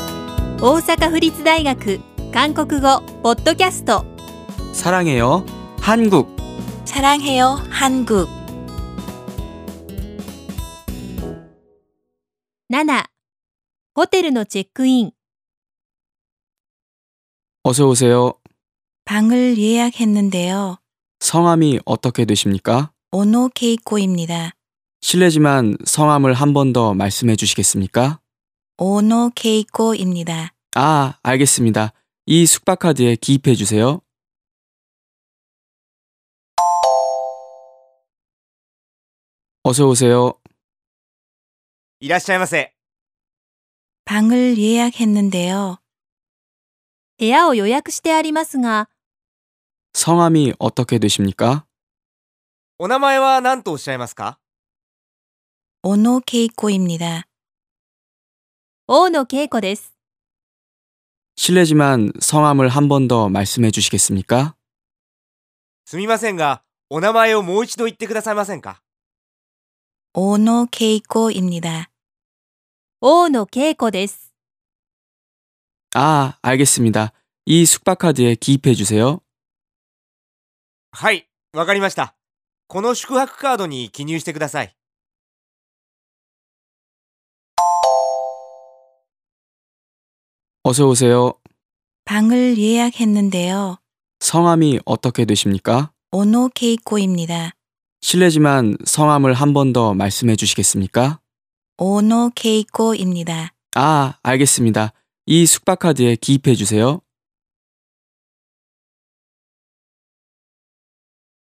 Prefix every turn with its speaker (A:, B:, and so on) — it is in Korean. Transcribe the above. A: 大阪府立大学韓国語ポッドキャスト
B: 사랑해요. 한국.
C: 사랑해요 한국
A: 7ホテルのチェックイン
B: 어서 오세요.
C: 방을 예약했는데요.
B: 성함이 어떻게 되십니까?
C: 오노 케이코입니다.
B: 실례지만 성함을 한 번 더 말씀해 주시겠습니까?
C: 오노 케이코입니다.
B: 아, 알겠습니다. 이 숙박카드에 기입해 주세요. 어서 오세요.
D: いらっしゃいませ。
C: 방을 예약했는데요.
A: 部屋を予約してありますが
B: 성함이 어떻게 되십니까?
D: お名前は何とおっしゃいますか
C: 오노 케이코입니다.
A: 大野恵子です
B: 실례지만 성함을 한 번 더 말씀해 주시겠습니까?
D: すみませんが、お名前をもう一度言ってくださいませんか
C: 오노 케이코입니다.
A: 大野恵子です
B: 아, 알겠습니다. 이 숙박카드에 기입해 주세요.
D: はい、わかりました。この宿泊カードに記入してください。
B: 어서 오세요.
C: 방을 예약했는데요.
B: 성함이 어떻게 되십니까?
C: 오노 케이코입니다.
B: 실례지만 성함을 한 번 더 말씀해 주시겠습니까?
C: 오노 케이코입니다.
B: 아, 알겠습니다. 이 숙박카드에 기입해 주세요.